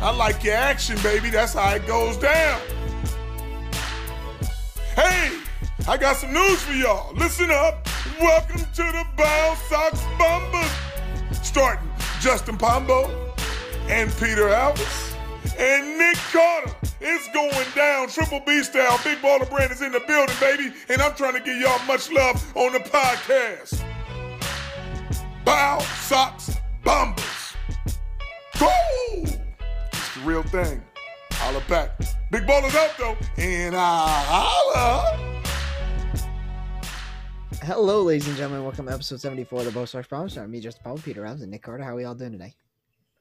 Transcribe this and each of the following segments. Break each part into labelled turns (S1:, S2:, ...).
S1: I like your action, baby. That's how it goes down. Hey, I got some news for y'all. Listen up. Welcome to the Bound Sox Bombers. Starting Justin Pombo and Peter Alves and Nick Carter. It's going down. Triple B style. Big Baller Brand is in the building, baby. And I'm trying to give y'all much love on the podcast. Bow Sox Bombers. Go! It's the real thing. Holla back. Big Baller's out, though. And I holla.
S2: Hello, ladies and gentlemen. Welcome to episode 74 of the Bo Sox Promise. I'm me, Justin Paul, Peter Rams, and Nick Carter. How are we all doing today?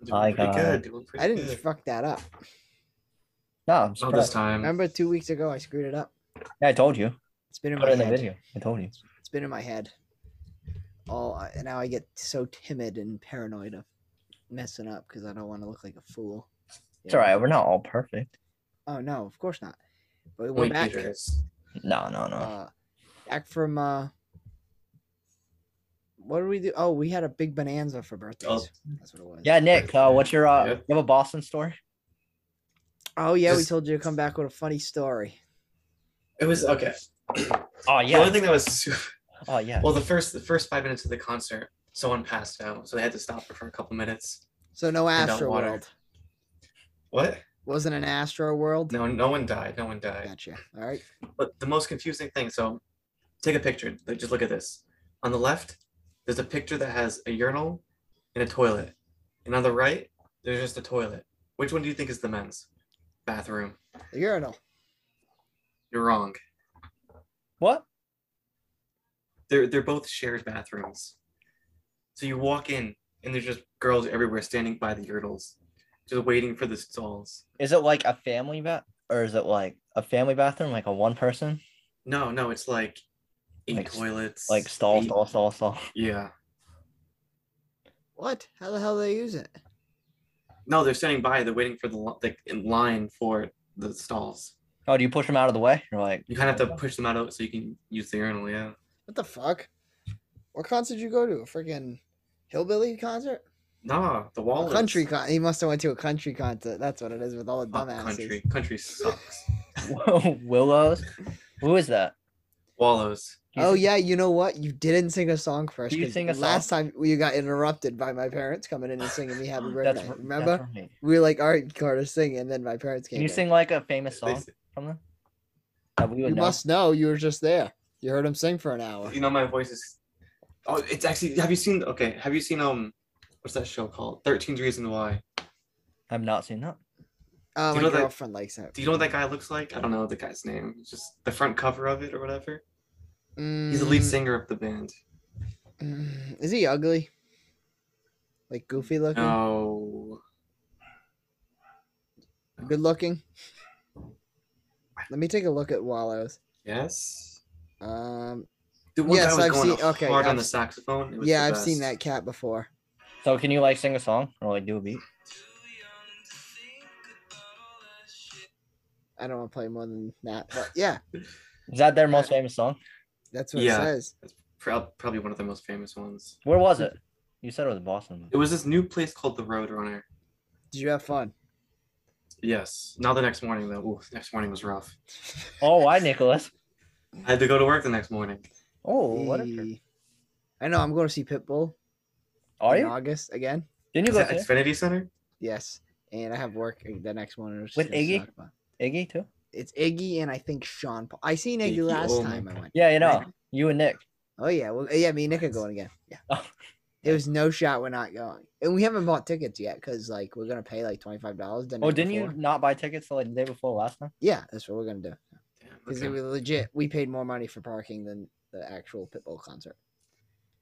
S3: Hi, guys.
S4: Doing pretty
S2: I didn't
S4: good. Mm.
S2: fuck that up.
S3: No, I'm
S4: Not this
S3: surprised.
S4: time.
S2: Remember two weeks ago I screwed it up?
S3: Yeah, I told you.
S2: It's been in
S3: Put
S2: my
S3: it in the
S2: head.
S3: video. I told you.
S2: It's been in my head. All I- and now I get so timid and paranoid of messing up because I don't want to look like a fool.
S3: It's all right. We're not all perfect.
S2: Oh no, of course not. But we're
S4: Wait,
S2: back.
S4: Peter, it's-
S3: No, no, no.
S2: Uh, back from uh, what did we do? Oh, we had a big bonanza for birthdays. That's what it was.
S3: yeah, Nick. Uh, what's your? Uh,
S4: Yeah.
S3: You have a Boston story?
S2: Oh yeah, we
S4: Just-
S2: told you to come back with a funny story.
S4: it was okay.
S3: Oh
S4: The
S3: yeah.
S4: only thing that was su-
S3: Oh yeah.
S4: well, the first the first five minutes of the concert, someone passed out, so they had to stop her for a couple minutes.
S2: So no
S4: And don't
S2: Astro
S4: water.
S2: World.
S4: What?
S2: Wasn't an Astro World.
S4: No, no one died. No one died.
S2: Gotcha. All right.
S4: But the most confusing thing. So, take a picture. Like, Just look at this. On the left, there's a picture that has a urinal and a toilet, and on the right, there's just a toilet. Which one do you think is the men's bathroom?
S2: The urinal.
S4: You're wrong.
S3: What?
S4: they're they're both shared bathrooms. So you walk in and there's just girls everywhere standing by the urinals, just waiting for the stalls.
S3: Is it like a family bath, or is it like a family bathroom, like a one person,
S4: No, no, it's like eight
S3: Like s-
S4: toilets.
S3: like stall,
S4: eight-
S3: stall, stall, stall?
S4: Yeah.
S2: What? How the hell do they use it?
S4: No, they're standing by. They're waiting for the li- like in line for the stalls.
S3: Oh, do you push them out of the way? You're like,
S4: You kind of have to push them out so you can use the urinal. Yeah.
S2: What the fuck? What concert did you go to? A freaking hillbilly concert?
S4: Nah, the wall.
S2: A country con. He must have went to a country concert. That's what it is with all the dumbasses.
S4: country. Country sucks.
S3: "Whoa, Willows. Who is that?
S4: Wallows.
S3: Do you
S2: oh
S3: think-
S2: yeah, you know what? You didn't sing a song for us.
S3: Do you
S2: 'cause
S3: sing a
S2: Last time you got interrupted by my parents coming in and singing me "Happy Birthday."
S3: That's r- that's
S2: Remember?
S3: right.
S2: we were like, "All right, Carter, sing," and then my parents came.
S3: Can you
S2: in.
S3: sing like a famous
S4: They
S3: song
S4: s-
S3: from them? That we would
S2: You
S3: know?
S2: must know. You were just there. You heard him sing for an hour.
S4: You know my voice is. Oh, it's actually. Have you seen? Okay, have you seen um, what's that show called? Thirteen Reasons Why.
S3: I've not seen that.
S2: Oh,
S4: you
S2: my
S4: know that-
S2: girlfriend likes it.
S4: Do you know what that guy looks like? I don't know the guy's name. It's just the front cover of it or whatever. He's the lead
S2: Mm,
S4: singer of the band.
S2: mm, Is he ugly? Like goofy looking,
S4: No.
S2: good looking. Let me take a look at Wallows.
S4: Yes.
S2: Um,
S4: The one
S2: Yes,
S4: guy was
S2: I've
S4: going
S2: seen- okay,
S4: hard
S2: I've
S4: on the
S2: s-
S4: saxophone. It was
S2: yeah,
S4: the
S2: I've seen that
S4: best.
S2: cat before.
S3: So can you like sing a song or like do a beat?
S2: I don't want to play more than that, but yeah,
S3: Is that their most famous song?
S2: that's what
S4: Yeah.
S2: it says.
S4: Pro- probably one of the most famous ones.
S3: Where was it? You said it was Boston.
S4: It was this new place called the Roadrunner.
S2: Did you have fun?
S4: Yes. Not the next morning though. Ooh, next morning was rough.
S3: Oh, why, Nicholas?
S4: I had to go to work the next morning.
S3: Oh, what? A...
S2: Eee. I know. I'm going to see Pitbull
S3: Are
S2: in
S3: you?
S2: August again.
S3: Didn't you
S4: Is
S3: go
S4: that
S3: see
S4: Xfinity Center?
S2: Yes, and I have work the next one. which
S3: With
S2: is gonna
S3: Iggy?
S2: suck, but-
S3: Iggy too?
S2: It's Iggy and I think Sean Paul. I seen Iggy,
S4: Iggy,
S2: last
S4: oh my
S2: time I
S4: God.
S2: went.
S3: Yeah, you know,
S2: Right.
S3: you and Nick.
S2: Oh yeah, well yeah, me and Nick are going again. Yeah.
S3: Oh.
S2: There was no shot we're not going, and we haven't bought tickets yet because like we're gonna pay like twenty five dollars.
S3: Oh, didn't you not buy tickets till like the day before last time?
S2: Yeah, that's what we're gonna do
S4: Damn,
S2: because
S4: okay.
S2: it was legit. We paid more money for parking than the actual Pitbull concert.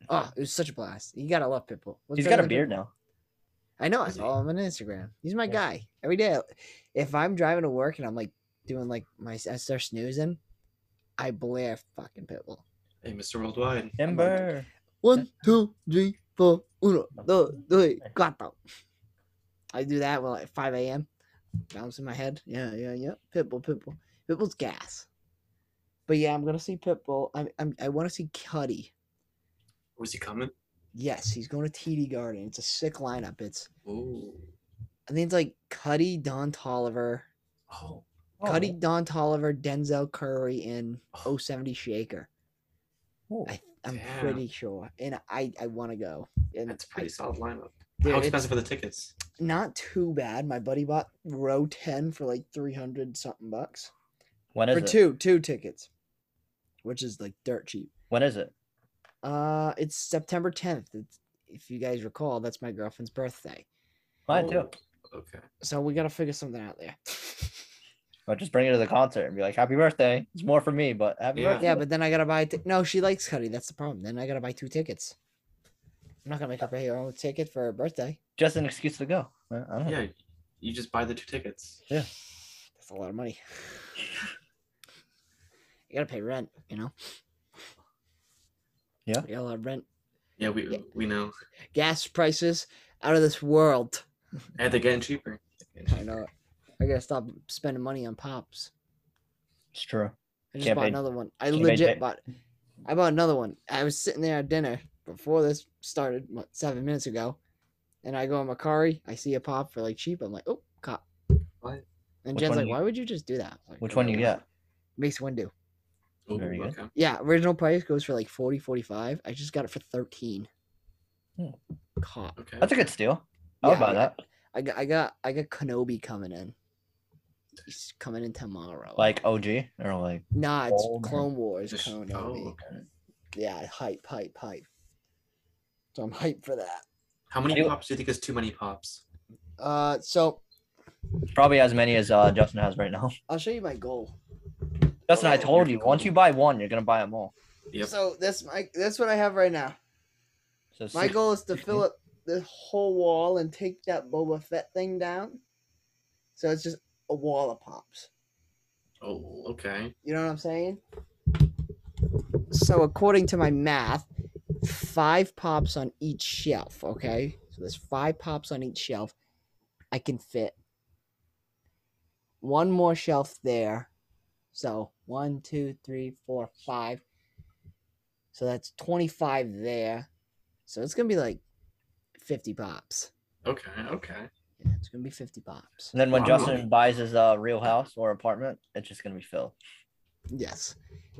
S2: Oh, it was such a blast. You gotta love Pitbull. What's
S3: He's
S2: better
S3: got a
S2: than
S3: beard
S2: Pitbull?
S3: now.
S2: I know. I
S4: Is he?
S2: follow him on Instagram. He's my
S3: Yeah.
S2: guy every day. If I'm driving to work and I'm like doing like my I start snoozing, I blare fucking Pitbull.
S4: Hey, Mr. Worldwide.
S3: Timber.
S2: One, two, three, four, uno, dos, tres,
S3: Okay.
S2: cuatro. I do that while at 5 a.m. Bounce in my head. Yeah, yeah, yeah. Pitbull, Pitbull. Pitbull's gas. But yeah, I'm going to see Pitbull. I'm, I'm, I want to see Cuddy.
S4: Was he coming?
S2: Yes, he's going to TD Garden. It's a sick lineup. It's
S4: Ooh.
S2: I think it's like Cuddy, Don Tolliver,
S4: Oh,
S2: Cuddy, Don Tolliver, Denzel Curry, and 070 Shaker.
S3: Oh,
S2: I, I'm
S4: Damn.
S2: pretty sure, and I I want to go. And
S4: that's a pretty solid lineup.
S2: I, dude,
S4: How
S2: it's
S4: expensive are the tickets?
S2: not too bad. My buddy bought row ten for like 300 something bucks
S3: When is
S2: for
S3: it?
S2: two two tickets, which is like dirt cheap.
S3: When is it?
S2: Uh, it's September 10th. It's, if you guys recall, that's my girlfriend's birthday.
S3: Mine
S4: Oh,
S3: too.
S4: Okay.
S2: So we gotta figure something out there.
S3: Or just bring it to the concert and be like, "Happy birthday!" It's more for me, but happy
S4: Yeah.
S3: birthday.
S2: yeah, but then I gotta buy. a ti- no, she likes Cuddy. That's the problem. Then I gotta buy two tickets. I'm not gonna make her pay her own ticket for her birthday.
S3: just an excuse to go. I I don't know.
S4: Yeah, you just buy the two tickets.
S2: That's a lot of money. You gotta pay rent, you know.
S3: Yeah.
S2: You got a lot of rent.
S4: Yeah, we
S2: Yeah.
S4: we know.
S2: Gas prices out of this world.
S4: And they're getting cheaper. They're getting
S2: I know. it. I gotta stop spending money on pops.
S3: It's true.
S2: I just
S3: Can't
S2: bought
S3: pay-
S2: another one. I
S3: can't pay
S2: legit
S3: debt.
S2: bought. I bought another one. I was sitting there at dinner before this started, what, seven minutes ago, and I go on Macari. I see a pop for like cheap. I'm like, oh, cop.
S4: What?
S2: And
S3: Which
S2: Jen's
S3: one
S2: like,
S3: you-
S2: why would you just do that? I'm Like,
S3: Which one you get?
S2: Mace Windu.
S4: cheaper. Ooh,
S3: Very good.
S4: okay.
S2: Yeah, original price goes for like 40, 45. I just got it for 13.
S3: Hmm.
S2: Caught.
S4: Okay.
S3: That's a good steal. I'll
S2: Yeah,
S3: buy
S2: yeah.
S3: that.
S2: I got, I got, I got Kenobi coming in. He's coming in tomorrow.
S3: Like OG or like
S2: nah, it's
S3: old or-
S2: Clone Wars
S4: Just-
S2: Kenobi.
S4: oh, okay.
S2: yeah, hype, hype, hype. So I'm hyped for that.
S4: How many
S3: Anyway-
S4: pops do you think is too many pops?
S2: Uh, so
S3: probably as many as uh, Justin has right now.
S2: I'll show you my goal.
S3: Justin, I
S4: Oh,
S3: told
S4: you're
S3: you, once
S4: cool.
S3: you buy one, you're gonna buy them all.
S4: Yep.
S2: So that's my that's what I have right now.
S3: So
S2: My
S3: six-
S2: goal is to
S3: Okay.
S2: fill up the whole wall and take that Boba Fett thing down. So it's just a wall of pops.
S4: Oh, okay.
S2: You know what I'm saying? So according to my math, five pops on each shelf, okay? So there's five pops on each shelf. I can fit one more shelf there. So one, two, three, four, five. So that's 25 there. So it's going to be like 50 pops.
S4: Okay. Okay.
S2: Yeah, it's going to be 50 pops.
S3: And then when
S4: Wow.
S3: Justin buys his uh, real house or apartment, it's just gonna be filled.
S2: Yes.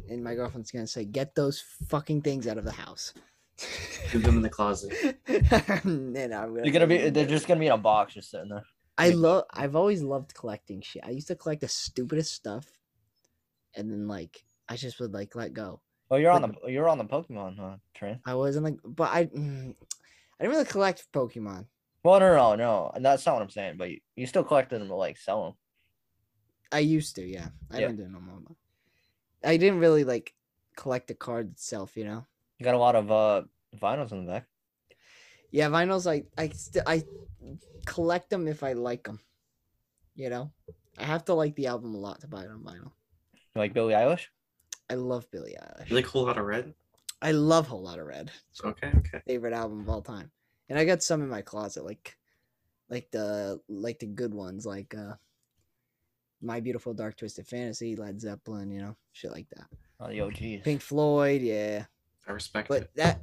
S2: And my girlfriend's going to say, get those fucking things out of the house.
S4: Leave them in the closet.
S2: and I'm gonna
S3: You're gonna be.
S2: say,
S3: They're just gonna be in a box, just sitting there.
S2: I love. I've always loved collecting shit. I used to collect the stupidest stuff, and then like I just would like let go.
S3: Oh, you're on the. You're on the Pokemon huh, train.
S2: I wasn't like, but I, mm, I didn't really collect Pokemon.
S3: Well, no, no, no, no. That's not what I'm saying. But you, you still collected them to like sell them.
S2: I used to, yeah. I
S3: Yeah.
S2: don't do it no more. but I didn't really like collect the card itself, you know.
S3: You got a lot of uh vinyls in the back.
S2: Yeah, vinyls. I I st- I collect them if I like them. You know, I have to like the album a lot to buy it on vinyl.
S3: You like Billie Eilish.
S2: I love Billie Eilish.
S4: You like whole lot of red?
S2: I love Whole Lotta Red.
S4: Okay. Okay.
S2: favorite album of all time. And I got some in my closet, like like the like the good ones, like uh My Beautiful Dark Twisted Fantasy, Led Zeppelin, you know, shit like that.
S3: Oh, the OGs.
S2: Pink Floyd, yeah.
S4: I respect
S2: But
S4: it.
S2: that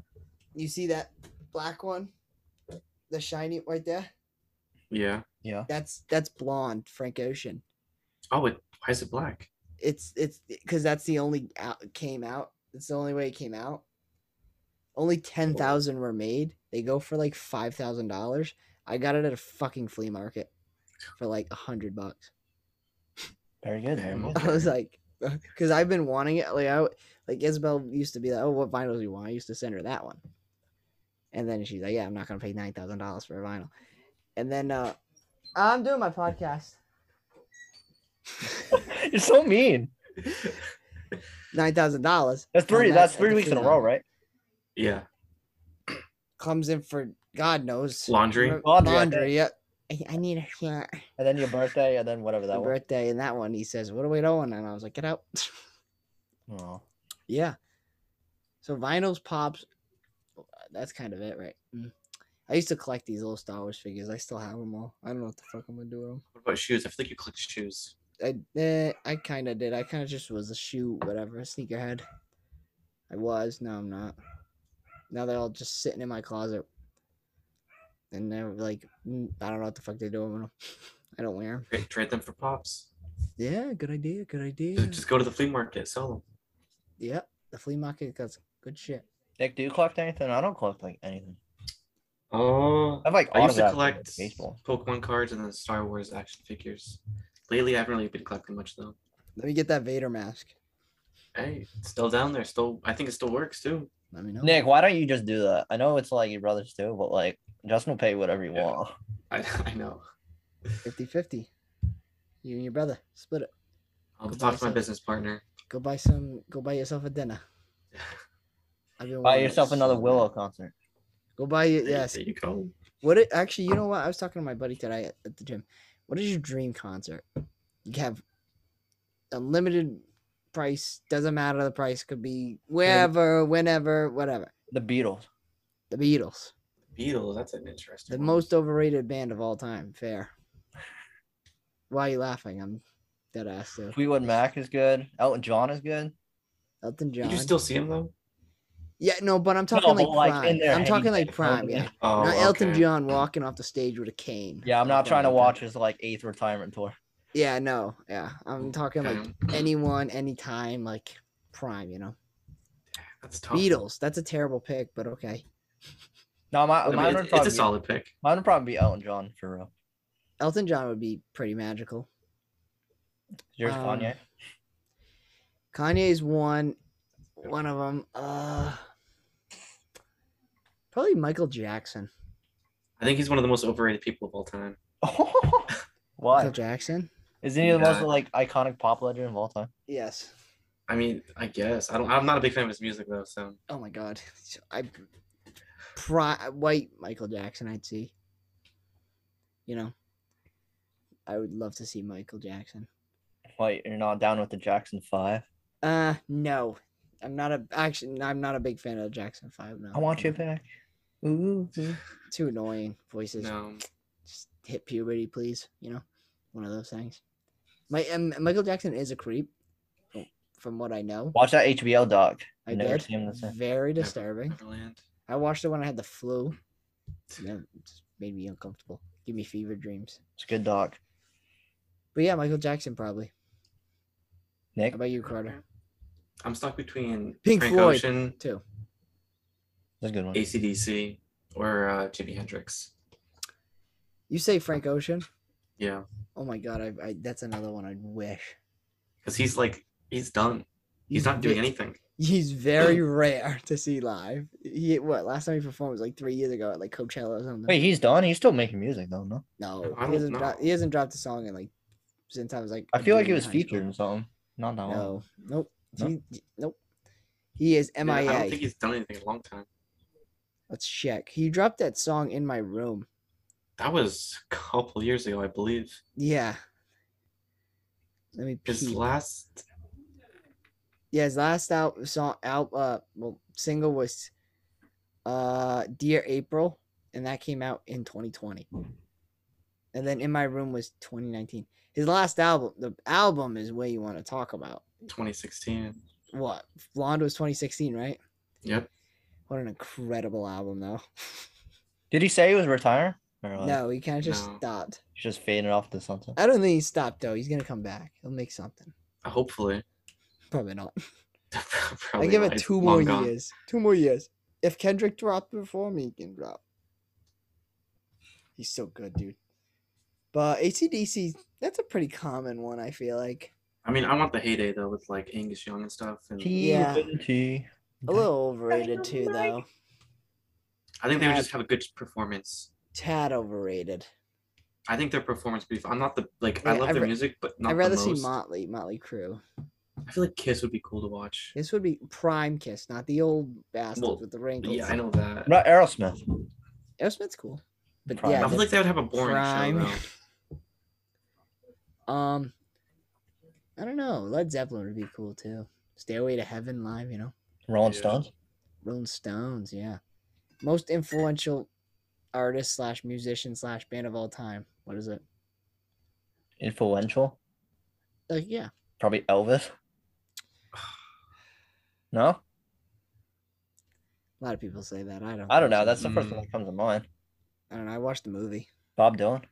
S2: you see that black one? The shiny right there?
S4: Yeah.
S3: Yeah.
S2: That's that's blonde, Frank Ocean.
S4: Oh, it, why is it black?
S2: It's it's because that's the only out came out. It's the only way it came out. Only ten thousand were made. They go for like five thousand dollars. I got it at a fucking flea market for like a hundred bucks.
S3: Very good.
S4: Damn,
S3: Very good.
S4: okay.
S2: I was like, because I've been wanting it. Like I like Isabel used to be like, oh, what vinyls do you want? I used to send her that one, and then she's like, yeah, I'm not gonna pay nine thousand dollars for a vinyl. And then uh I'm doing my podcast.
S3: You're so mean.
S2: Nine thousand dollars.
S3: That's
S2: on
S3: three.
S2: that
S3: That's
S2: at
S3: three
S2: the
S3: weeks in a
S2: flea
S3: row,
S2: market.
S3: right?
S4: Yeah.
S2: comes in for God knows
S4: Laundry.
S2: Remem-
S3: Laundry, I
S2: Laundry, yeah. I, I need a shirt.
S3: And then your birthday, and then whatever that
S2: Your
S3: was.
S2: birthday, and that one he says, "What are we doing?" And I was like, "Get out."
S3: Oh.
S2: yeah. So vinyls, pops. That's kind of it, right? Mm. I used to collect these little Star Wars figures. I still have them all. I don't know what the fuck I'm gonna do with them.
S4: What about shoes? I feel like you collect shoes.
S2: I eh, I kind of did. I kind of just was a shoe, whatever, a sneakerhead. I was. Now I'm not. Now they're all just sitting in my closet. and they're like, mm, I don't know what the fuck they're doing with them. I don't wear them.
S4: Trade, trade them for pops.
S2: Yeah, good idea. Good idea.
S4: Just, just go to the flea market, sell them.
S2: Yep, the flea market got some good shit.
S3: Nick, do you collect anything? I don't collect like anything.
S4: Oh,
S3: I have like
S4: I used to
S3: autographs and, like,
S4: collect
S3: baseball.
S4: Pokemon cards and then Star Wars action figures. Lately, I haven't really been collecting much though.
S2: Let me get that Vader mask.
S4: Hey, it's still down there. Still, I think it still works too.
S2: Let me know.
S3: Nick, why don't you just do that? I know it's like your brothers too, but like Justin will pay whatever you
S4: Yeah.
S3: want.
S4: I, I know.
S2: 50 50. You and your brother split it.
S4: I'll
S2: Goodbye,
S4: talk to my
S2: son.
S4: business partner.
S2: Go buy some, go buy yourself a dinner. I've been
S3: Buy
S2: wanting it
S3: yourself another
S2: so bad.
S3: Willow concert.
S2: Go buy it.
S4: There-
S2: Yes.
S4: There you go.
S2: What it, actually, you know what? I was talking to my buddy today at, at the gym. What is your dream concert? You have unlimited price, doesn't matter the price, could be wherever, whenever, whatever.
S3: The Beatles.
S2: The Beatles,
S4: Beatles. That's an interesting.
S2: the
S4: one.
S2: most overrated band of all time. Fair. Why are you laughing? I'm dead ass too.
S3: Fleetwood Mac is good. Elton John is good.
S2: Elton John.
S4: Did you still see him though?
S2: Yeah, no, but I'm talking
S3: but,
S2: like
S3: like,
S2: prime.
S3: in their
S2: I'm talking
S3: heyday,
S2: like prime,
S3: probably.
S2: yeah.
S4: Oh,
S2: Not Elton
S4: okay.
S2: John walking off the stage with a cane.
S3: Yeah, I'm not
S4: Okay.
S3: trying to watch his like eighth retirement tour.
S2: Yeah, no, yeah. I'm talking like
S4: Damn.
S2: anyone, anytime, like prime, you know.
S4: That's tough.
S2: Beatles. That's a terrible pick, but okay.
S3: No, my,
S4: I mean,
S3: mine,
S4: it's,
S3: would
S4: it's
S3: probably
S4: a
S3: be,
S4: solid pick.
S3: mine would probably be Elton John for real.
S2: Elton John would be pretty magical.
S3: Yours,
S2: Um,
S3: Kanye.
S2: Kanye's one, one of them. Uh, probably Michael Jackson.
S4: I think he's one of the most overrated people of all time.
S2: Michael
S3: Why?
S2: Jackson.
S3: Isn't he the most
S4: Yeah.
S3: like iconic pop legend of all time?
S2: Yes.
S4: I mean, I guess I don't. I'm not a big fan of his music though. So
S2: Oh my God. So I, pri- white Michael Jackson. I'd see. You know. I would love to see Michael Jackson.
S3: Wait, you're not down with the Jackson Five?
S2: Uh, no, I'm not a actually. no, I'm not a big fan of the Jackson Five. No,
S3: I want you back. Ooh, Mm. ooh.
S2: Too annoying voices.
S4: no,
S2: just hit puberty, please. You know, one of those things. My um, Michael Jackson is a creep, from- from what I know.
S3: Watch that HBO doc.
S2: I
S3: Never
S2: did.
S3: seen him the same.
S2: Very disturbing.
S4: Neverland.
S2: I watched it when I had the flu. and that just made me uncomfortable. Give me fever dreams.
S3: It's a good doc.
S2: But yeah, Michael Jackson probably.
S3: Nick,
S2: How about you, Carter?
S4: I'm stuck between
S2: Pink
S4: Frank
S2: Floyd.
S4: Ocean,
S2: Too.
S3: that's a good one.
S4: ACDC, or uh, Jimi Hendrix.
S2: You say Frank Ocean?
S4: Yeah,
S2: Oh my God, I, I that's another one I wish.
S4: because he's like he's done. He's not doing
S2: anything.
S4: anything.
S2: He's very rare to see live. He what last time he performed was like three years ago at like Coachella or something.
S3: Wait, he's done. He's still making music though. No,
S2: no,
S4: I
S2: he
S4: don't
S2: hasn't,
S4: know.
S2: dro- he hasn't dropped a song in like since I was like.
S3: I
S2: a
S3: feel like
S2: junior
S3: he was
S2: in high school.
S3: featured in something. Not that one.
S2: No, nope,
S3: No?
S2: He- nope. He is
S4: Yeah, I don't
S2: MIA.
S4: think he's done anything in a long time.
S2: Let's check. He dropped that song in my room.
S4: That was a couple years ago, I believe.
S2: Yeah. Let me
S4: His
S2: peep.
S4: last
S2: Yeah, his last out song out uh well single was uh Dear April and that came out in 2020. And then In My Room was 2019. His last album, the album is what you want to talk about.
S4: 2016.
S2: What? Blonde was 2016, right?
S4: Yep.
S2: What an incredible album though.
S3: Did he say he was retiring? Or like,
S2: No, Uh, he kind of just
S4: No.
S2: stopped.
S3: he's just fading off to something.
S2: I don't think he stopped though. He's going to come back. He'll make something.
S4: Hopefully.
S2: Probably not. I
S4: Probably
S2: give
S4: not.
S2: it
S4: It's
S2: two
S4: long
S2: more
S4: gone.
S2: years. Two more years. If Kendrick dropped before me, he can drop. He's so good, dude. But ACDC, that's a pretty common one, I feel like.
S4: I mean, I want the heyday though with like Angus Young and stuff. And
S2: Yeah.
S3: T.
S2: A little overrated, too, though.
S4: I think they would
S2: Yeah.
S4: just have a good performance.
S2: Tad overrated.
S4: I think their performance beef. I'm not the like I
S2: Yeah,
S4: love
S2: I'd
S4: their
S2: ra-
S4: music, but not
S2: I'd rather
S4: the
S2: see
S4: most.
S2: Motley, Motley Crue.
S4: I feel like Kiss would be cool to watch.
S2: This would be prime Kiss, not the old bastards
S4: Well,
S2: with the
S4: But
S2: wrinkles.
S4: Yeah, I know that.
S3: Not Aerosmith.
S2: Aerosmith's cool. But
S3: Prime.
S2: yeah,
S4: I feel like they would have a boring
S2: Prime.
S4: show though.
S2: Um, I don't know. Led Zeppelin would be cool, too. Stairway to Heaven live, you know?
S3: Rolling
S4: Yeah.
S3: Stones.
S2: Rolling Stones, yeah. Most influential artist slash musician slash band of all time. What is it?
S3: Influential.
S2: Like, yeah.
S3: Probably Elvis. No,
S2: A lot of people say that. I don't
S3: I
S2: think
S3: don't know.
S2: so.
S3: That's the first one
S4: Mm.
S3: that comes to mind.
S2: I don't know. I watched the movie.
S3: Bob Dylan. Oh,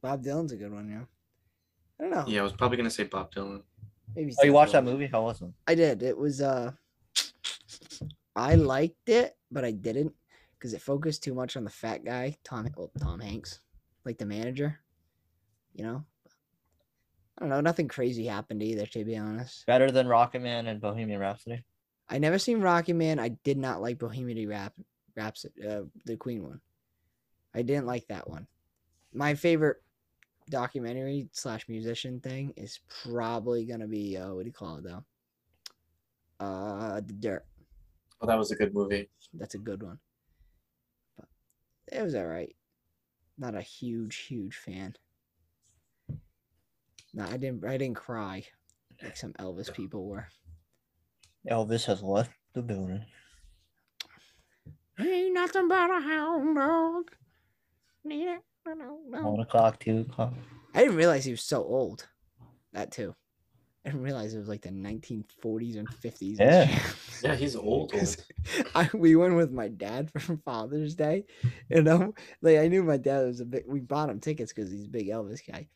S2: Bob Dylan's a good one, yeah. I don't know.
S4: Yeah, I was probably gonna say Bob Dylan.
S2: Maybe
S3: Oh, you
S2: Seth
S3: watched that
S2: Rogen.
S3: movie? How was it?
S2: I did. It was uh I liked it, but I didn't because it focused too much on the fat guy, Tom well, Tom Hanks, like the manager. You know? I don't know, nothing crazy happened either, to be honest.
S3: Better than Rocket Man and Bohemian Rhapsody.
S2: I never seen Rocky Man. I did not like Bohemian Rap Rhapsody, uh, the Queen one. I didn't like that one. My favorite documentary slash musician thing is probably gonna be uh, what do you call it though? Uh, The Dirt.
S4: Oh, that was a good movie.
S2: That's a good one. But it was all right. Not a huge, huge fan. No, I didn't. I didn't cry like some Elvis people were.
S3: Elvis has left the building.
S2: Ain't nothing but a hound dog. Need it? No, no, no.
S3: One o'clock, two o'clock.
S2: Oh. I didn't realize he was so old. That too. I didn't realize it was like the 1940s and 50s. and
S3: Yeah.
S2: shit.
S4: Yeah, he's old. old.
S2: 'Cause I, we went with my dad for Father's Day, you know. Like I knew my dad was a big. We bought him tickets because he's a big Elvis guy.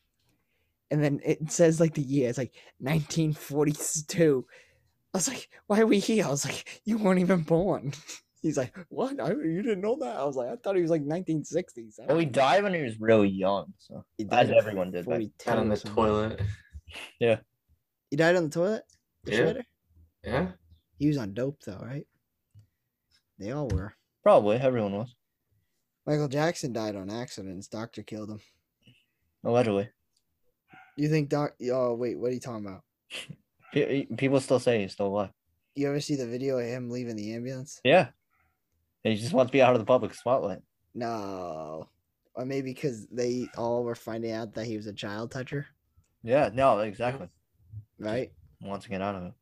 S2: And then it says like the year. It's like 1942. I was like, "Why are we here?" I was like, "You weren't even born." He's like, "What? I, you didn't know that?" I was like, "I thought he was like 1960s." I
S3: And
S2: don't
S3: we
S2: know."
S3: died when he was really young. So
S2: He
S3: as
S2: died at
S3: everyone did. But
S2: 42
S4: Out on
S2: or
S4: the
S2: something.
S4: toilet.
S2: He died on the toilet. The
S4: Yeah.
S2: shredder?
S4: Yeah.
S2: He was on dope though, right? They all were.
S3: probably everyone was
S2: Michael Jackson died on accident. His doctor killed him.
S3: allegedly.
S2: You think doc? Oh wait, what are you talking about?
S3: Pe- People still say he's still alive.
S2: You ever see the video of him leaving the ambulance?
S3: Yeah. He just wants to be out of the public spotlight.
S2: No. Or maybe because they all were finding out that he was a child toucher,
S3: Yeah, no, exactly.
S2: right?
S3: Wants to get out of it.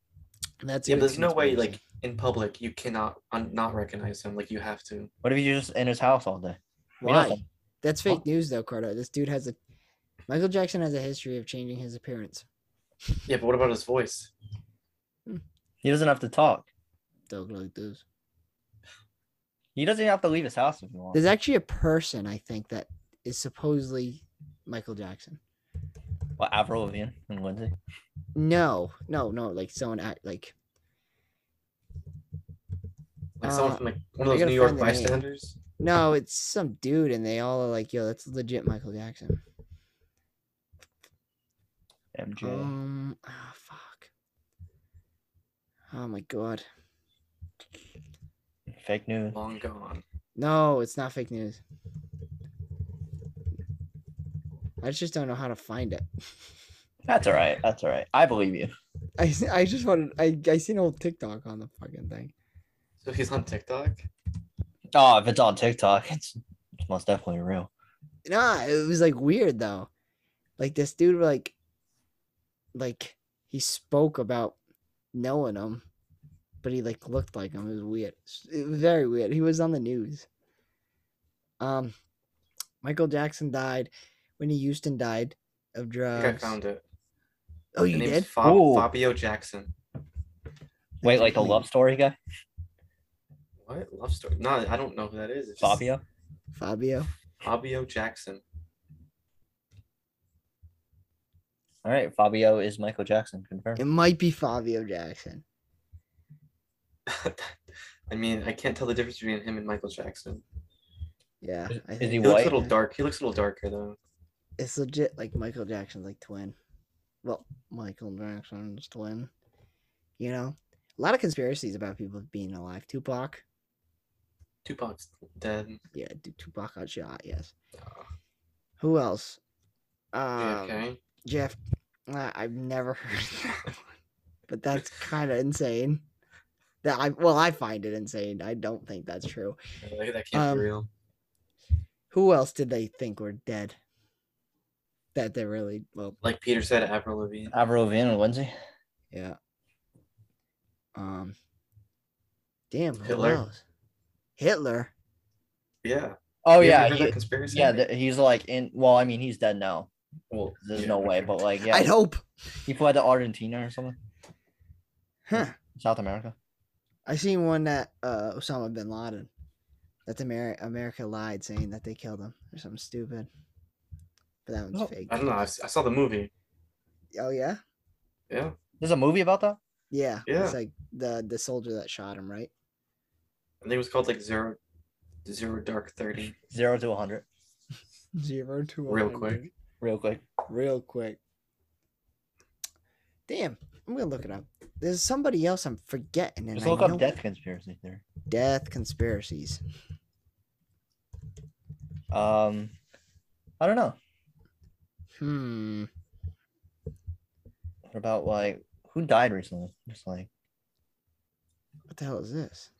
S2: That's a
S4: Yeah,
S2: good
S4: but there's no way
S2: conspiracy.
S4: like in public you cannot un- not recognize him. Like you have to.
S3: What if he's just in his house all day? We
S2: why?
S3: don't-
S2: That's fake
S3: Huh?
S2: news though, Cardo. This dude has a Michael Jackson has a history of changing his appearance.
S4: Yeah, but what about his voice?
S3: He doesn't have to talk.
S2: Don't look like this.
S3: He doesn't even have to leave his house if he wants.
S2: There's actually a person I think that is supposedly Michael Jackson.
S3: Well, Avril Lavigne and Lindsay.
S2: No, no, no. Like someone act like
S4: Like someone
S2: Uh,
S4: from like one
S2: I
S4: of those
S2: gotta
S4: New York
S2: find the name.
S4: bystanders.
S2: no, it's some dude, and they all are like, "Yo, that's legit Michael Jackson."
S3: MJ.
S2: Um, ah, fuck. Oh my god.
S3: Fake news.
S4: Long gone.
S2: No, it's not fake news. I just don't know how to find it.
S3: That's all right. That's all right. I believe you.
S2: I, s- I just wanted I I seen old TikTok on the fucking thing.
S4: So he's on TikTok.
S3: Oh, if it's on TikTok, it's, it's most definitely real.
S2: Nah, it was like weird though. Like this dude like like he spoke about knowing him, but he like looked like him. It was weird. S- It was very weird. He was on the news. Um Michael Jackson died when he Houston died of
S4: I
S2: drugs.
S4: think I found it.
S2: Oh,
S4: The
S2: you
S4: name's
S2: Uh, did?
S4: Fa-
S3: Ooh.
S4: Fabio Jackson.
S3: Wait, like the love story guy?
S4: What love story? No, I don't know who that is. It's just
S3: Fabio?
S2: Fabio.
S4: Fabio Jackson.
S3: All right. Fabio is Michael Jackson.
S2: It
S3: Confirmed.
S2: might be Fabio Jackson.
S4: I mean, I can't tell the difference between him and Michael Jackson.
S2: Yeah.
S3: Is-
S2: I
S3: is
S2: think
S3: he
S4: He
S2: it's-
S4: looks
S3: white?
S4: a little dark. He looks a little darker though.
S2: It's legit like Michael Jackson's like twin. Well, Michael Jackson's twin. You know? A lot of conspiracies about people being alive. Tupac.
S4: Tupac's dead.
S2: Yeah, Du- Tupac got shot, yes.
S4: Oh,
S2: Who else? Um,
S4: JFK.
S2: Jeff. uh, I've never heard that one. But that's kind of insane. That I well, I find it insane. I don't think that's true.
S4: Yeah, That that can't
S2: um,
S4: be real.
S2: Who else did they think were dead? That they really well,
S4: Like Peter said, Avril Lavigne.
S3: Avril Lavigne and Lindsay.
S2: yeah. Um. Damn. Hitler.
S4: Hitler.
S2: Who else? Hitler.
S4: Yeah.
S3: Oh,
S4: You ever
S3: yeah.
S4: heard
S3: he-
S4: that conspiracy.
S3: yeah. th- he's like in. Well, I mean, he's dead now.
S4: Well,
S3: There's
S4: yeah,
S3: no way.
S4: okay.
S3: But like, yeah.
S2: I'd hope.
S3: He fled to Argentina or something.
S2: Huh.
S3: South America.
S2: I seen one that uh Osama bin Laden that the Ameri- America lied saying that they killed him or something stupid. But that one's
S3: No,
S2: fake.
S4: I don't know. I've, si saw the movie.
S2: Oh yeah,
S4: Yeah.
S3: There's a movie about that.
S2: yeah.
S4: Yeah.
S2: It's like the the soldier that shot him, right?
S4: I think it was called like Zero, Zero Dark Thirty.
S3: Zero to 100,
S2: Zero to
S4: Real
S2: 100.
S4: quick.
S3: real quick.
S2: real quick. Damn, I'm gonna look it up. There's somebody else I'm forgetting. And
S3: Just
S2: I
S3: look up
S2: know-
S3: death conspiracy theory.
S2: death conspiracies.
S3: Um, I don't know.
S2: Hmm.
S3: What about like who died recently? Just like
S2: What the hell is this?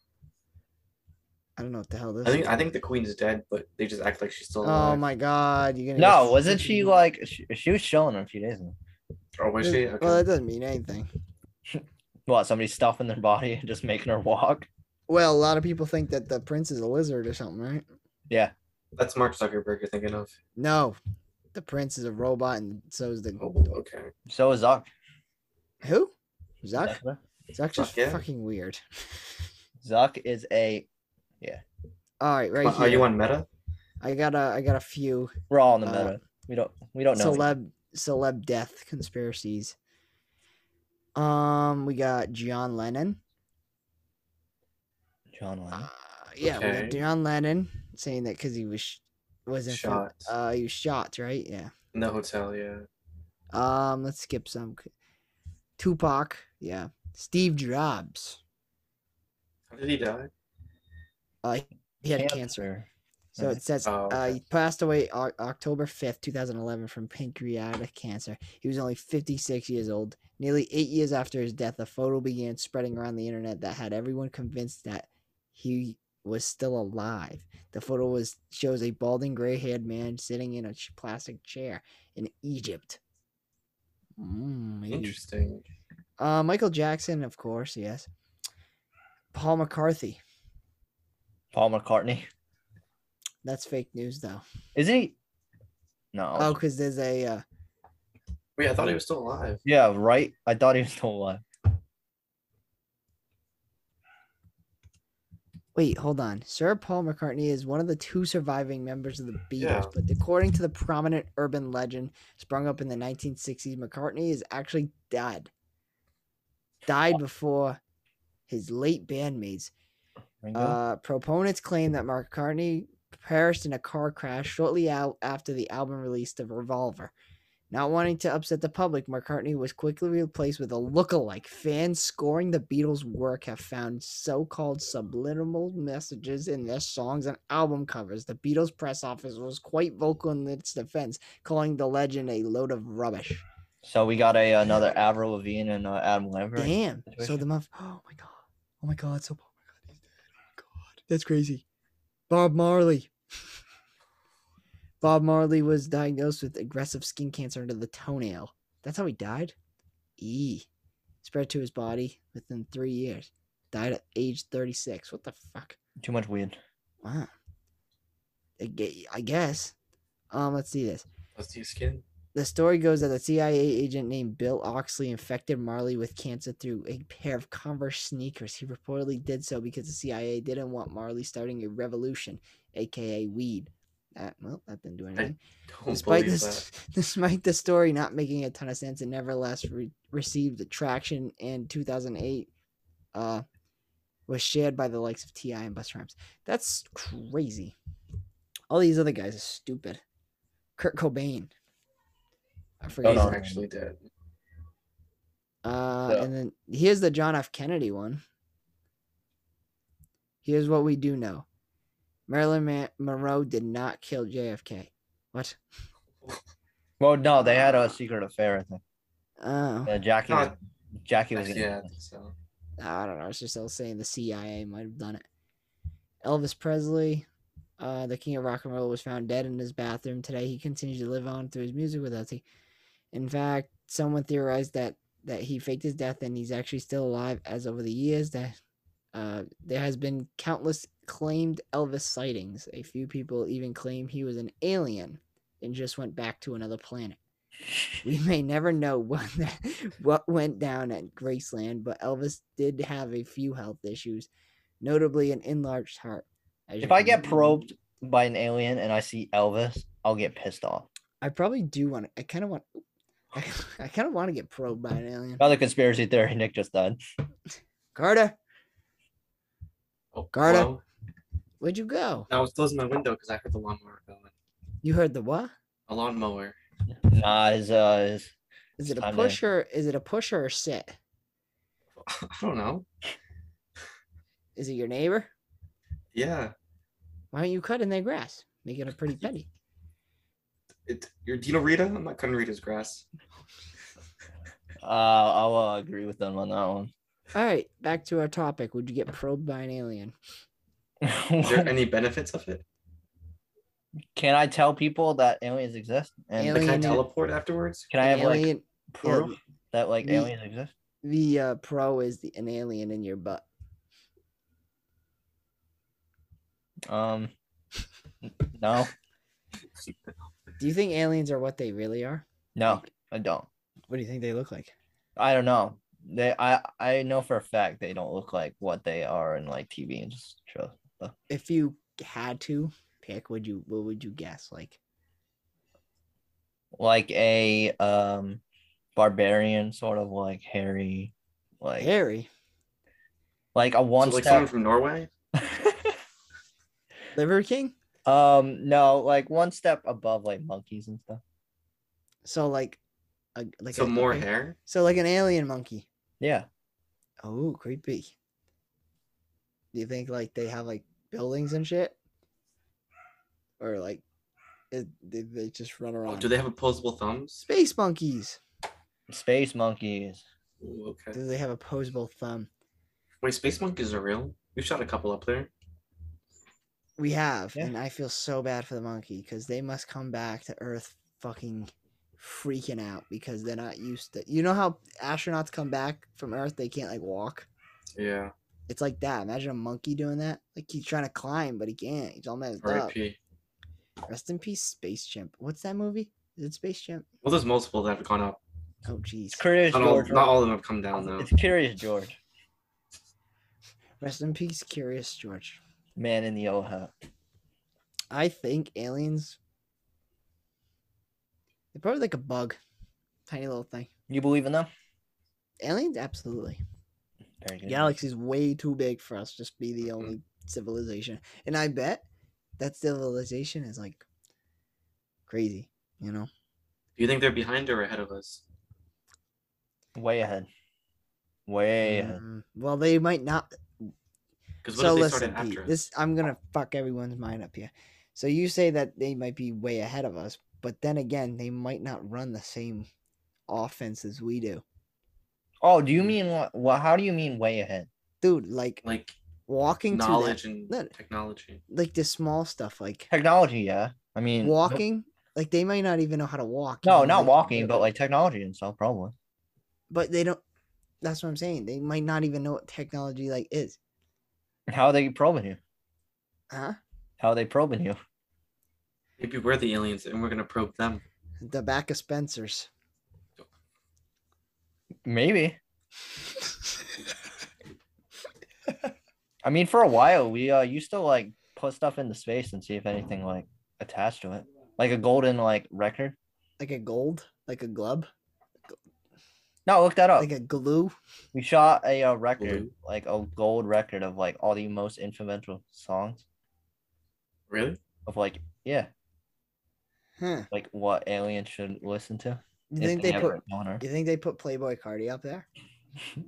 S2: I don't know what the hell this
S4: I think
S2: is.
S4: I think the Queen's dead, but they just act like she's still alive.
S2: oh my god, you're gonna get
S3: no, wasn't she
S2: freaking-
S3: like she, she was chilling a few days ago?
S4: Or was she? Okay.
S2: Well, that doesn't mean anything.
S3: What? Somebody stuffing their body and just making her walk?
S2: Well, a lot of people think that the prince is a lizard or something, right?
S3: Yeah.
S4: That's Mark Zuckerberg you're thinking of.
S2: No, the prince is a robot, and so is the
S4: Oh, okay.
S3: So is Zuck.
S2: who? Zuck.
S3: Zuck,
S2: Zuck's just
S4: Zuck, yeah.
S2: fucking weird.
S3: Zuck is a.
S2: All right, right
S4: Uh,
S2: here.
S4: are you on Meta?
S2: I got a I got a few
S3: We're all in the
S2: Uh,
S3: meta. We don't. We
S4: Oh,
S3: don't know. anything.
S2: celeb celeb death conspiracies. Um, we got John Lennon.
S3: John Lennon.
S2: Uh, yeah, we got
S4: Okay.
S2: John Lennon saying that because he was sh- was in fam-
S4: Shot.
S2: Uh, he was shot, right? Yeah.
S4: In the hotel, yeah.
S2: Um, let's skip some. c- Tupac, yeah. Steve Jobs,
S4: How did he die?
S2: uh, he had cancer. So
S3: Okay.
S2: it says
S4: Oh,
S2: uh,
S4: okay.
S2: he passed away o- October 5th, 2011 from pancreatic cancer. He was only 56 years old. Nearly eight years after his death, a photo began spreading around the internet that had everyone convinced that he was still alive. The photo was shows a balding, gray-haired man sitting in a ch- plastic chair in Egypt. Mm, maybe.
S4: Interesting.
S2: Uh, Michael Jackson, of course, yes. Paul McCarthy.
S3: Paul McCartney.
S2: That's fake news, though.
S3: Isn't he? No.
S2: Oh, because there's a. Uh,
S4: Wait, I thought he was still alive.
S3: Yeah. Right. I thought he was still alive.
S2: Wait, hold on. Sir Paul McCartney is one of the two surviving members of the Beatles,
S4: Yeah.
S2: but according to the prominent urban legend sprung up in the 1960s, McCartney is actually dead. Died before his late bandmates.
S3: Ringo?
S2: Uh, proponents claim that McCartney perished in a car crash shortly out after the album release of Revolver. Not wanting to upset the public, McCartney was quickly replaced with a lookalike. Fans scoring the Beatles' work have found so called subliminal messages in their songs and album covers. The Beatles' press office was quite vocal in its defense, calling the legend a load of rubbish.
S3: so we got a another Avril Lavigne and uh, Adam Lambert.
S2: Damn. So
S3: situation.
S2: the month. Oh my god. Oh my god. So. Oh my god. He's dead. Oh my god. That's crazy. Bob Marley. Bob Marley was diagnosed with aggressive skin cancer under the toenail. That's how he died. E. Spread to his body within three years. Died at age 36. What the fuck?
S3: Too much weed.
S2: Wow. I gue- I guess. Um, let's see this.
S4: Let's see skin.
S2: The story goes that a CIA agent named Bill Oxley infected Marley with cancer through a pair of Converse sneakers. He reportedly did so because the CIA didn't want Marley starting a revolution, aka weed. That well, that didn't do anything.
S4: Don't
S2: Despite
S4: believe
S2: this, despite the story not making a ton of sense, it nevertheless re- received traction in 2008. Uh, was shared by the likes of Ti and Busta Rhymes. That's crazy. All these other guys are stupid. Kurt Cobain. I
S4: that.
S2: forgot.
S4: He's
S2: his
S3: no.
S2: name.
S4: actually dead.
S2: Uh,
S3: So-
S2: and then here's the John F. Kennedy one. Here's what we do know: Marilyn Man- Monroe did not kill JFK. What?
S3: Well, no, they had a secret affair. I think.
S2: Oh,
S3: Uh, Jackie.
S4: Not-
S3: Jackie was.
S4: Yeah, I
S3: Yeah.
S4: think so.
S2: I don't know. It's just all saying the CIA might have done it. Elvis Presley, uh, the king of rock and roll, was found dead in his bathroom today. He continues to live on through his music with us. He, in fact, someone theorized that that he faked his death and he's actually still alive. As over the years, that uh, there has been countless claimed Elvis sightings. A few people even claim he was an alien and just went back to another planet. We may never know what what went down at Graceland, but Elvis did have a few health issues, notably an enlarged heart. As you
S3: If I
S2: can
S3: get
S2: see.
S3: probed by an alien and I see Elvis, I'll get pissed off.
S2: I probably do want to. I kind of want. I, I kind of want to get probed by an alien.
S3: Another conspiracy theory Nick just done.
S2: Carter,
S4: Oh,
S2: Garda.
S4: hello?
S2: where'd you go?
S4: I was closing my window because I heard the lawnmower going.
S2: You heard the what?
S4: A lawnmower.
S3: Nah, his, uh, his-
S2: Is it a
S3: Time to-
S2: push or is it a push or a sit?
S4: I don't know.
S2: Is it your neighbor?
S4: Yeah.
S2: Why aren't you cutting their grass? Make it a pretty petty.
S4: It, you're, do you know Rita? I'm not cutting Rita's grass.
S3: uh, I'll uh, agree with them on that one.
S2: All right, back to our topic. Would you get probed by an alien?
S4: Is there any benefits of it?
S3: Can I tell people that aliens exist? And
S4: Like, can I
S2: Alien-
S4: teleport afterwards?
S3: can I have like
S2: alien,
S3: proof that like
S2: we-
S3: aliens exist?
S2: the uh, pro is the, an alien in your butt.
S3: Um, no,
S2: Do you think aliens are what they really are?
S3: no, I don't.
S2: What do you think they look like?
S3: I don't know. They, I, I know for a fact they don't look like what they are in like TV and just shows.
S2: If you had to pick, would you? What would you guess? Like,
S3: Like a um, barbarian sort of like hairy, like
S2: hairy,
S3: like a one
S4: so, like someone
S3: step.
S4: from Norway?
S2: liver king.
S3: um, no, like one step above like monkeys and stuff.
S2: So like, a, like
S4: so
S2: a-
S4: more
S2: okay.
S4: hair?
S2: So like an alien monkey.
S3: Yeah,
S2: Oh, creepy. Do you think like they have like buildings and shit, or like it, they they just run
S4: Oh,
S2: around?
S4: do they have opposable thumbs?
S2: Space monkeys.
S3: space monkeys.
S4: Ooh, okay.
S2: Do they have opposable thumb?
S4: Wait, space monkeys are real? We shot a couple up there.
S2: We have,
S3: Yeah.
S2: and I feel so bad for the monkey because they must come back to Earth fucking freaking out because they're not used to. You know how astronauts come back from Earth, they can't like walk.
S4: Yeah.
S2: It's like that. Imagine a monkey doing that. Like he's trying to climb, but he can't. He's all messed up.
S4: R.I.P.
S2: Rest in peace, Space Chimp. What's that movie? Is it Space Chimp?
S4: Well, there's multiple that have gone up.
S2: Oh, jeez.
S3: It's curious
S4: Not all,
S3: George.
S4: not all of them have come down though.
S3: It's curious George.
S2: Rest in peace, Curious George.
S3: Man in the old hat.
S2: I think aliens. They're probably like a bug, tiny little thing.
S3: You believe in them?
S2: Aliens, absolutely.
S3: Very good.
S2: Galaxy's way too big for us just be the only civilization, and I bet that civilization is like crazy. You know,
S4: Do you think they're behind or ahead of us?
S3: Way ahead. Way
S4: Mm-hmm.
S3: ahead.
S2: Mm, well, they might not.
S4: Because what
S2: so
S4: if they
S2: listen,
S4: started after
S2: Pete,
S4: us?
S2: this I'm gonna fuck everyone's mind up here. So you say that they might be way ahead of us, but then again, they might not run the same offense as we do,
S3: Oh, do you mean what? Well, how do you mean way ahead?
S2: dude. Like
S4: Like
S2: walking to them,
S4: knowledge and
S2: No.
S4: technology.
S2: like the small stuff, like
S3: Technology, yeah. I mean, no-
S2: walking. Like they might not even know how to walk. you
S3: No,
S2: know,
S3: not
S2: like-
S3: walking, but like technology and stuff, probably.
S2: but they don't. That's what I'm saying. They might not even know what technology like is.
S3: How are they probing you?
S2: Huh?
S3: How are they probing you?
S4: Maybe we're the aliens and we're gonna probe them.
S2: The back of Spencer's.
S3: Maybe. I mean, for a while, we uh used to like put stuff into space and see if anything like attached to it, like a golden like record.
S2: like a gold, like a glove,
S3: No, look that up.
S2: like a glue.
S3: we shot a, uh record,
S4: Blue.
S3: like a gold record of like all the most influential songs
S4: Really?
S3: of like yeah,
S2: Huh?
S3: like what aliens should listen to.
S2: You
S3: if
S2: think they
S3: ever
S2: put?
S3: go on Earth.
S2: You think they put Playboy Cardi up there?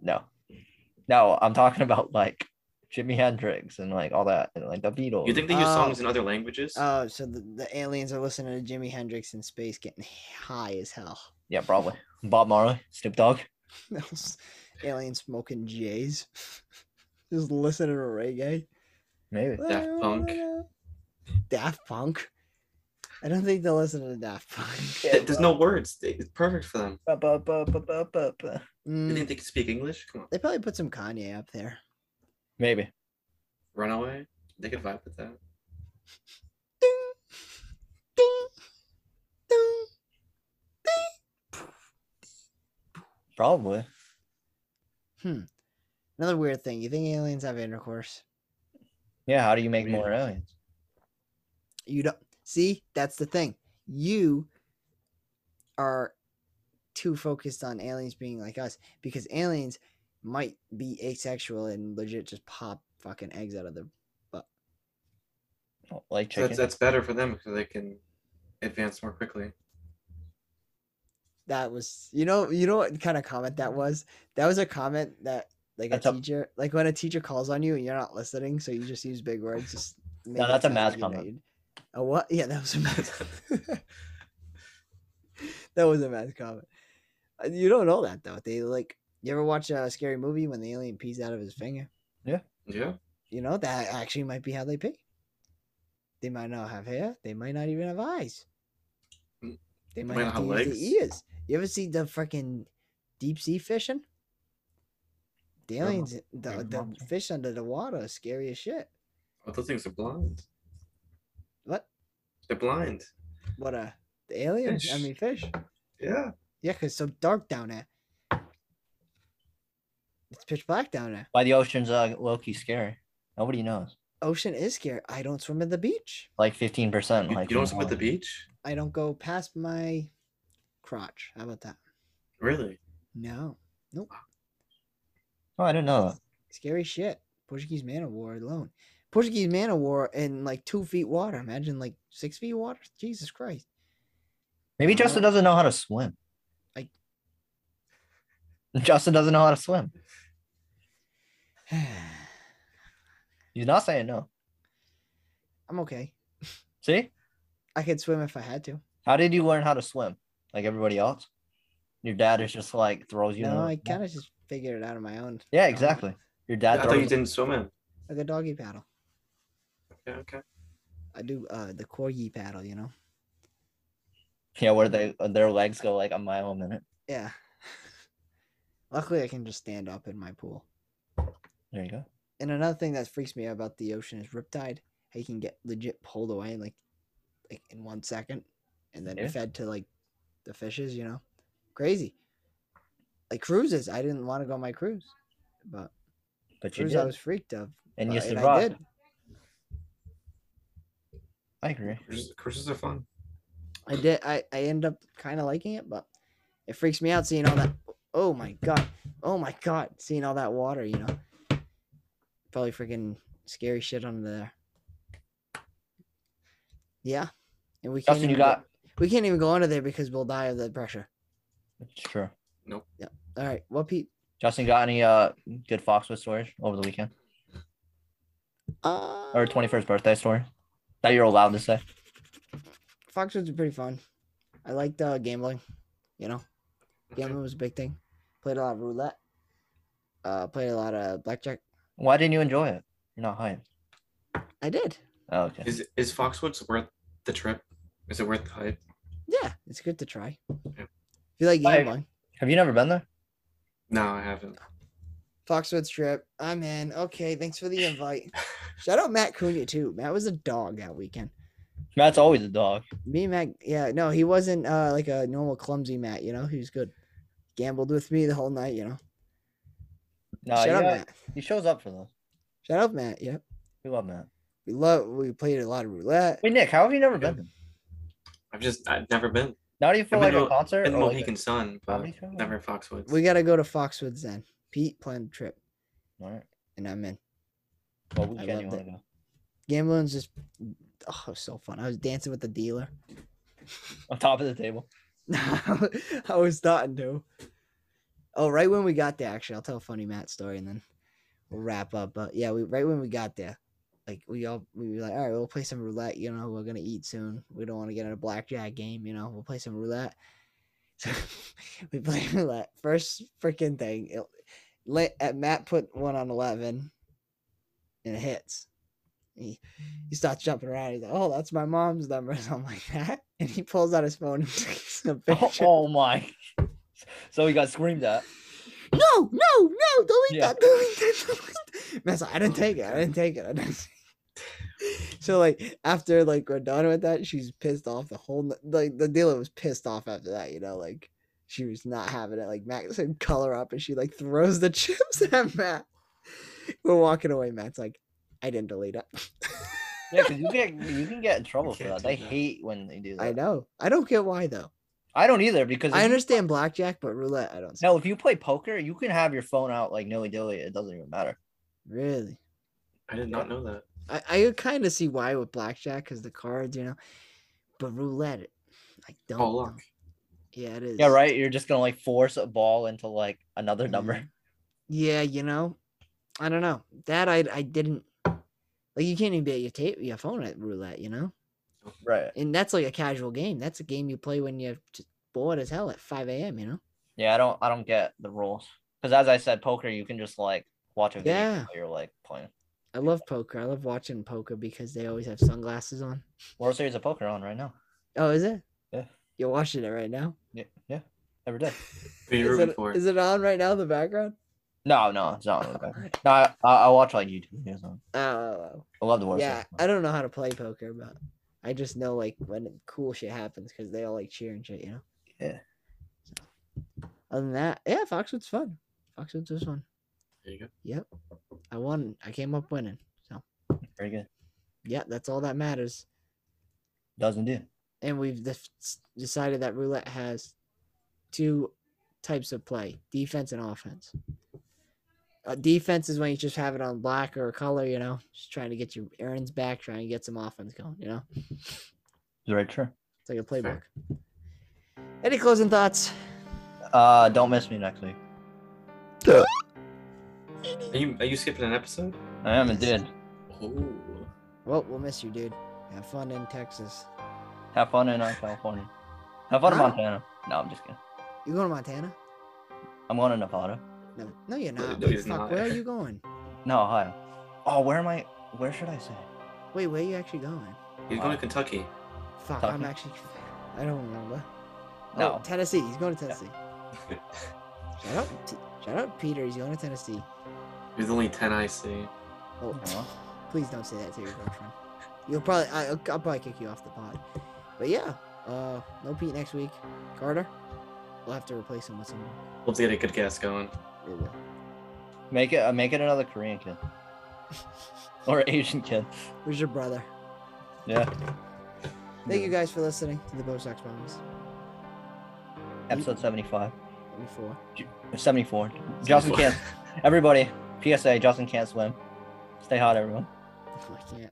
S3: No, no, I'm talking about like Jimi Hendrix and like all that, and like the Beatles.
S4: You think they use
S2: Oh.
S4: songs in other languages?
S2: Oh, so the, the aliens are listening to Jimi Hendrix in space, getting high as hell.
S3: Yeah, probably. Bob Marley, Snoop Dogg.
S2: Those Alien smoking J's, just listening to reggae.
S3: Maybe.
S4: Daft Punk.
S2: Daft Punk. I don't think they'll listen to Daft Punk.
S4: Th- There's no words. They- It's perfect for them.
S3: Ba, ba, ba, ba, ba, ba, ba.
S4: You
S2: Mm,
S4: think they can speak English? Come on.
S2: they probably put some Kanye up there.
S3: Maybe.
S4: Runaway. They could vibe with that.
S2: Ding, ding, ding.
S3: Probably.
S2: Another weird thing. You think aliens have intercourse?
S3: Yeah, how do you make
S4: mean-
S3: more aliens?
S2: You don't see that's the thing. You are too focused on aliens being like us because aliens might be asexual and legit just pop fucking eggs out of their
S3: Like
S4: So that's,
S3: chicken.
S4: that's better for them because they can advance more quickly.
S2: that was you know you know what kind of comment that was that was a comment that like
S3: That's
S2: a
S3: a-
S2: teacher like when a teacher calls on you and you're not listening so you just use big words just make it
S3: that's a
S2: sound
S3: math
S2: you know
S3: comment.
S2: you'd- a what yeah that was a math that was a math comment Uh, you don't know that though they like you ever watch a scary movie when the alien pees out of his finger
S4: Yeah.
S2: you know that actually might be how they pee they might not have hair they might not even have eyes
S4: Mm,
S2: they might
S4: might
S2: have to
S4: not have
S2: use their ears you ever see the freaking deep sea fishing the
S4: mo-
S2: aliens the,
S4: they're
S2: the
S4: monsters.
S2: fish under the water are scary as shit
S4: But Oh, those things are blind.
S2: what
S4: They're blind.
S2: what uh the aliens i
S4: Fish.
S2: mean fish
S4: Yeah.
S2: yeah because so dark down there it's pitch black down there
S3: Why the ocean's uh, low key scary? Nobody knows.
S2: ocean is scary i don't swim at the beach
S3: Like fifteen percent.
S4: You,
S3: Like
S4: you don't swim at the
S3: more.
S4: beach?
S2: i don't go past my crotch how about that
S4: Really?
S2: no
S3: Oh, I didn't know that.
S2: scary shit. Portuguese man of war alone. Portuguese man of war in like two feet water. Imagine like six feet water. Jesus Christ.
S3: Maybe
S4: Mhm.
S3: Justin doesn't know how to swim.
S2: Like-
S3: Justin doesn't know how to swim. He's not saying no.
S2: I'm okay.
S3: See,
S2: I could swim if I had to.
S3: how did you learn how to swim? Like everybody else, your dad is just like throws you. in
S2: no,
S3: the-
S2: I kind of just figured it out on my own.
S3: Yeah, exactly. Your dad
S4: I
S3: throws.
S4: thought you didn't swim in.
S2: Like a doggy paddle.
S4: Yeah, okay.
S2: I do uh the corgi paddle, you know.
S3: Yeah, where they their legs go like a mile a minute.
S2: Yeah. Luckily, I can just stand up in my pool.
S3: There you go.
S2: And another thing that freaks me out about the ocean is riptide. How you can get legit pulled away like, like in one second, and then
S3: Yeah.
S2: fed to like the fishes. You know, crazy. Like cruises, I didn't want to go on my cruise, but
S3: But you
S2: cruise
S3: did,
S2: I was freaked of.
S3: and you
S2: uh, and I
S3: survived.
S2: did.
S3: I, agree.
S4: Cruises, cruises are fun.
S2: I did. I I ended up kind of liking it, but it freaks me out seeing all that. Oh my god! Oh my god! Seeing all that water, you know, probably freaking scary shit under there. Yeah, and we can't.
S3: Justin, you
S2: even go-
S3: got.
S2: We can't even go under there because we'll die of the pressure.
S3: It's true.
S2: All right. Well, Pete.
S3: Justin got any uh good Foxwood stories over the weekend
S2: Uh,
S3: or twenty first birthday story that you're allowed to say?
S2: Foxwoods are pretty fun. I liked uh, gambling. You know,
S4: Okay.
S2: gambling was a big thing. Played a lot of roulette. Uh, played a lot of blackjack.
S3: Why didn't you enjoy it? You're not hyped.
S2: I did.
S3: Oh, okay.
S4: Is is Foxwoods worth the trip? Is it worth the hype?
S2: Yeah, it's good to try.
S4: Yeah.
S2: If you like
S3: Like-
S2: gambling,
S3: Have you never been there?
S4: No, I haven't.
S2: Foxwoods trip. I'm in. Okay, thanks for the invite. Shout out Matt Cunha too. Matt was a dog that weekend.
S3: Matt's always a dog.
S2: Me and Matt, yeah, no, he wasn't uh, like a normal clumsy Matt. You know, he was good. Gambled with me the whole night. You know,
S3: No,
S2: shout
S3: you
S2: out
S3: know,
S2: Matt.
S3: he shows up for those.
S2: Shout out Matt. Yep.
S3: We love Matt.
S2: We love we played a lot of roulette.
S3: Wait, Nick, how have you never been? there?
S4: I've just I've never been.
S3: Now do you feel
S4: I've been
S3: like
S4: to
S3: a
S4: a-
S3: concert?
S4: Been to
S3: or like a-
S4: Mohegan Sun, but
S3: comedy show?
S4: never Foxwoods.
S2: We gotta go to Foxwoods then. Pete planned the trip
S3: All right.
S2: and I'm in.
S3: What weekend you
S2: loved
S3: want
S2: it.
S3: to go?
S2: Gambling's just oh it was so fun. I was dancing with the dealer.
S3: On top of the table.
S2: I was starting to. Oh, right when we got there, actually, I'll tell a funny Matt story and then we'll wrap up. But yeah, we right when we got there, like we all we were like, all right, we'll play some roulette. You know, we're gonna eat soon. We don't want to get in a blackjack game. You know, we'll play some roulette. So we play roulette. First freaking thing, it, let, at Matt put one on eleven, and it hits. He, he starts jumping around. He's like, "Oh, that's my mom's number," or something like that. And he pulls out his phone and takes a
S3: Oh,
S2: picture.
S3: my. So he got screamed at.
S2: No, no, no! Delete
S3: Yeah.
S2: that! Delete that! Delete that! Matt's like, I didn't take it. I didn't take it. I didn't. take it." so like after like we're done with that, she's pissed off the whole n- like the dealer was pissed off after that. You know, like she was not having it. Like Matt said, color up, and she like throws the chips at Matt. We're walking away. Matt's like, I didn't delete it.
S3: Yeah, because you get you can get in trouble for
S4: can't
S3: that.
S4: do
S3: They
S4: that.
S3: hate when they do that.
S2: I know. I don't get why though.
S3: I don't either because if
S2: I
S3: you-
S2: understand blackjack, but roulette, I don't. see.
S3: No, if you play poker, you can have your phone out like nilly dilly. It doesn't even matter.
S2: Really,
S4: I did not know that.
S2: I I kind of see why with blackjack because the cards, you know, but roulette, I don't.
S4: All
S2: know.
S4: luck.
S2: Yeah, it is.
S3: Oh, Yeah, right. You're just gonna like force a ball into like another number.
S2: Mhm. Yeah, you know, I don't know that I I didn't like. You can't even be at your tape your phone at roulette, you know,
S3: Right.
S2: and that's like a casual game. That's a game you play when you're just bored as hell at five a.m. You know.
S3: Yeah, I don't. I don't get the rules because as I said, poker you can just like watch a video
S2: Yeah.
S3: while you're like playing.
S2: I love poker. I love watching poker because they always have sunglasses on.
S3: World Series of Poker on right now.
S2: Oh, is it?
S3: Yeah.
S2: You're watching it right now.
S3: Yeah, yeah, every day.
S4: Who you
S2: Is
S4: rooting
S2: it,
S4: for?
S2: is it on right now in the background?
S3: No, no, it's not. Really bad. no, I, I I watch like YouTube videos on.
S2: Oh, oh,
S3: I love the
S2: oh.
S3: World
S2: yeah.
S3: Series.
S2: I don't know how to play poker, but I just know like when cool shit happens because they all like cheer and shit, you know.
S3: Yeah.
S2: So, other than that, yeah, Foxwood's fun. Foxwood's was fun.
S4: There you go.
S2: Yep. I won. I came up winning. So
S3: Very good.
S2: yeah, that's all that matters.
S3: Doesn't do.
S2: And we've def- decided that roulette has two types of play: defense and offense. Uh, defense is when you just have it on black or color, you know, just trying to get your errands back, trying to get some offense going, you know.
S3: It's very true.
S2: It's like a playbook.
S4: Fair.
S2: Any closing thoughts?
S3: Uh, don't miss me next week.
S4: Are you are you skipping an episode?
S3: I am indeed.
S4: Oh,
S2: Well, we'll miss you, dude. Have fun in Texas.
S3: Have fun in uh, California. Have fun in
S2: Huh?
S3: Montana. No, I'm just kidding.
S2: You going to Montana?
S3: I'm going to Nevada.
S2: No, no, you're
S4: No,
S2: not.
S4: no,
S2: Wait,
S4: he's
S2: fuck,
S4: not.
S2: where are you going?
S3: No, Ohio. Oh, where am I? Where should I say?
S2: Wait, where are you actually going?
S4: he's going to Kentucky.
S2: Fuck, I'm
S3: Kentucky?
S2: actually. I don't remember.
S3: No.
S2: Oh, Tennessee. He's going to Tennessee. Shout out, T- shout out, Peter. He's going to Tennessee.
S4: There's only ten I see.
S2: Oh,
S3: Hello?
S2: please don't say that to your girlfriend. You'll probably, I, I'll probably kick you off the pod. But yeah, uh, no Pete next week. Carter, we'll have to replace him with someone.
S4: Let's get a good guess going.
S2: We will.
S3: Make it. Uh, make it another Korean kid or Asian kid.
S2: Where's your brother?
S3: Yeah.
S2: Thank you guys for listening to the Bo Sox Bombs.
S3: Episode 75.
S2: Before.
S3: 74. Justin
S4: 74.
S3: can't. Everybody. PSA. Justin can't swim. Stay hot, everyone.
S2: I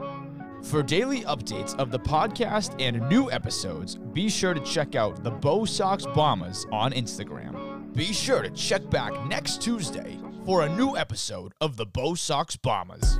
S2: can't.
S5: For daily updates of the podcast and new episodes, be sure to check out the Bo Sox Bombers on Instagram. Be sure to check back next Tuesday for a new episode of the Bo Sox Bombers.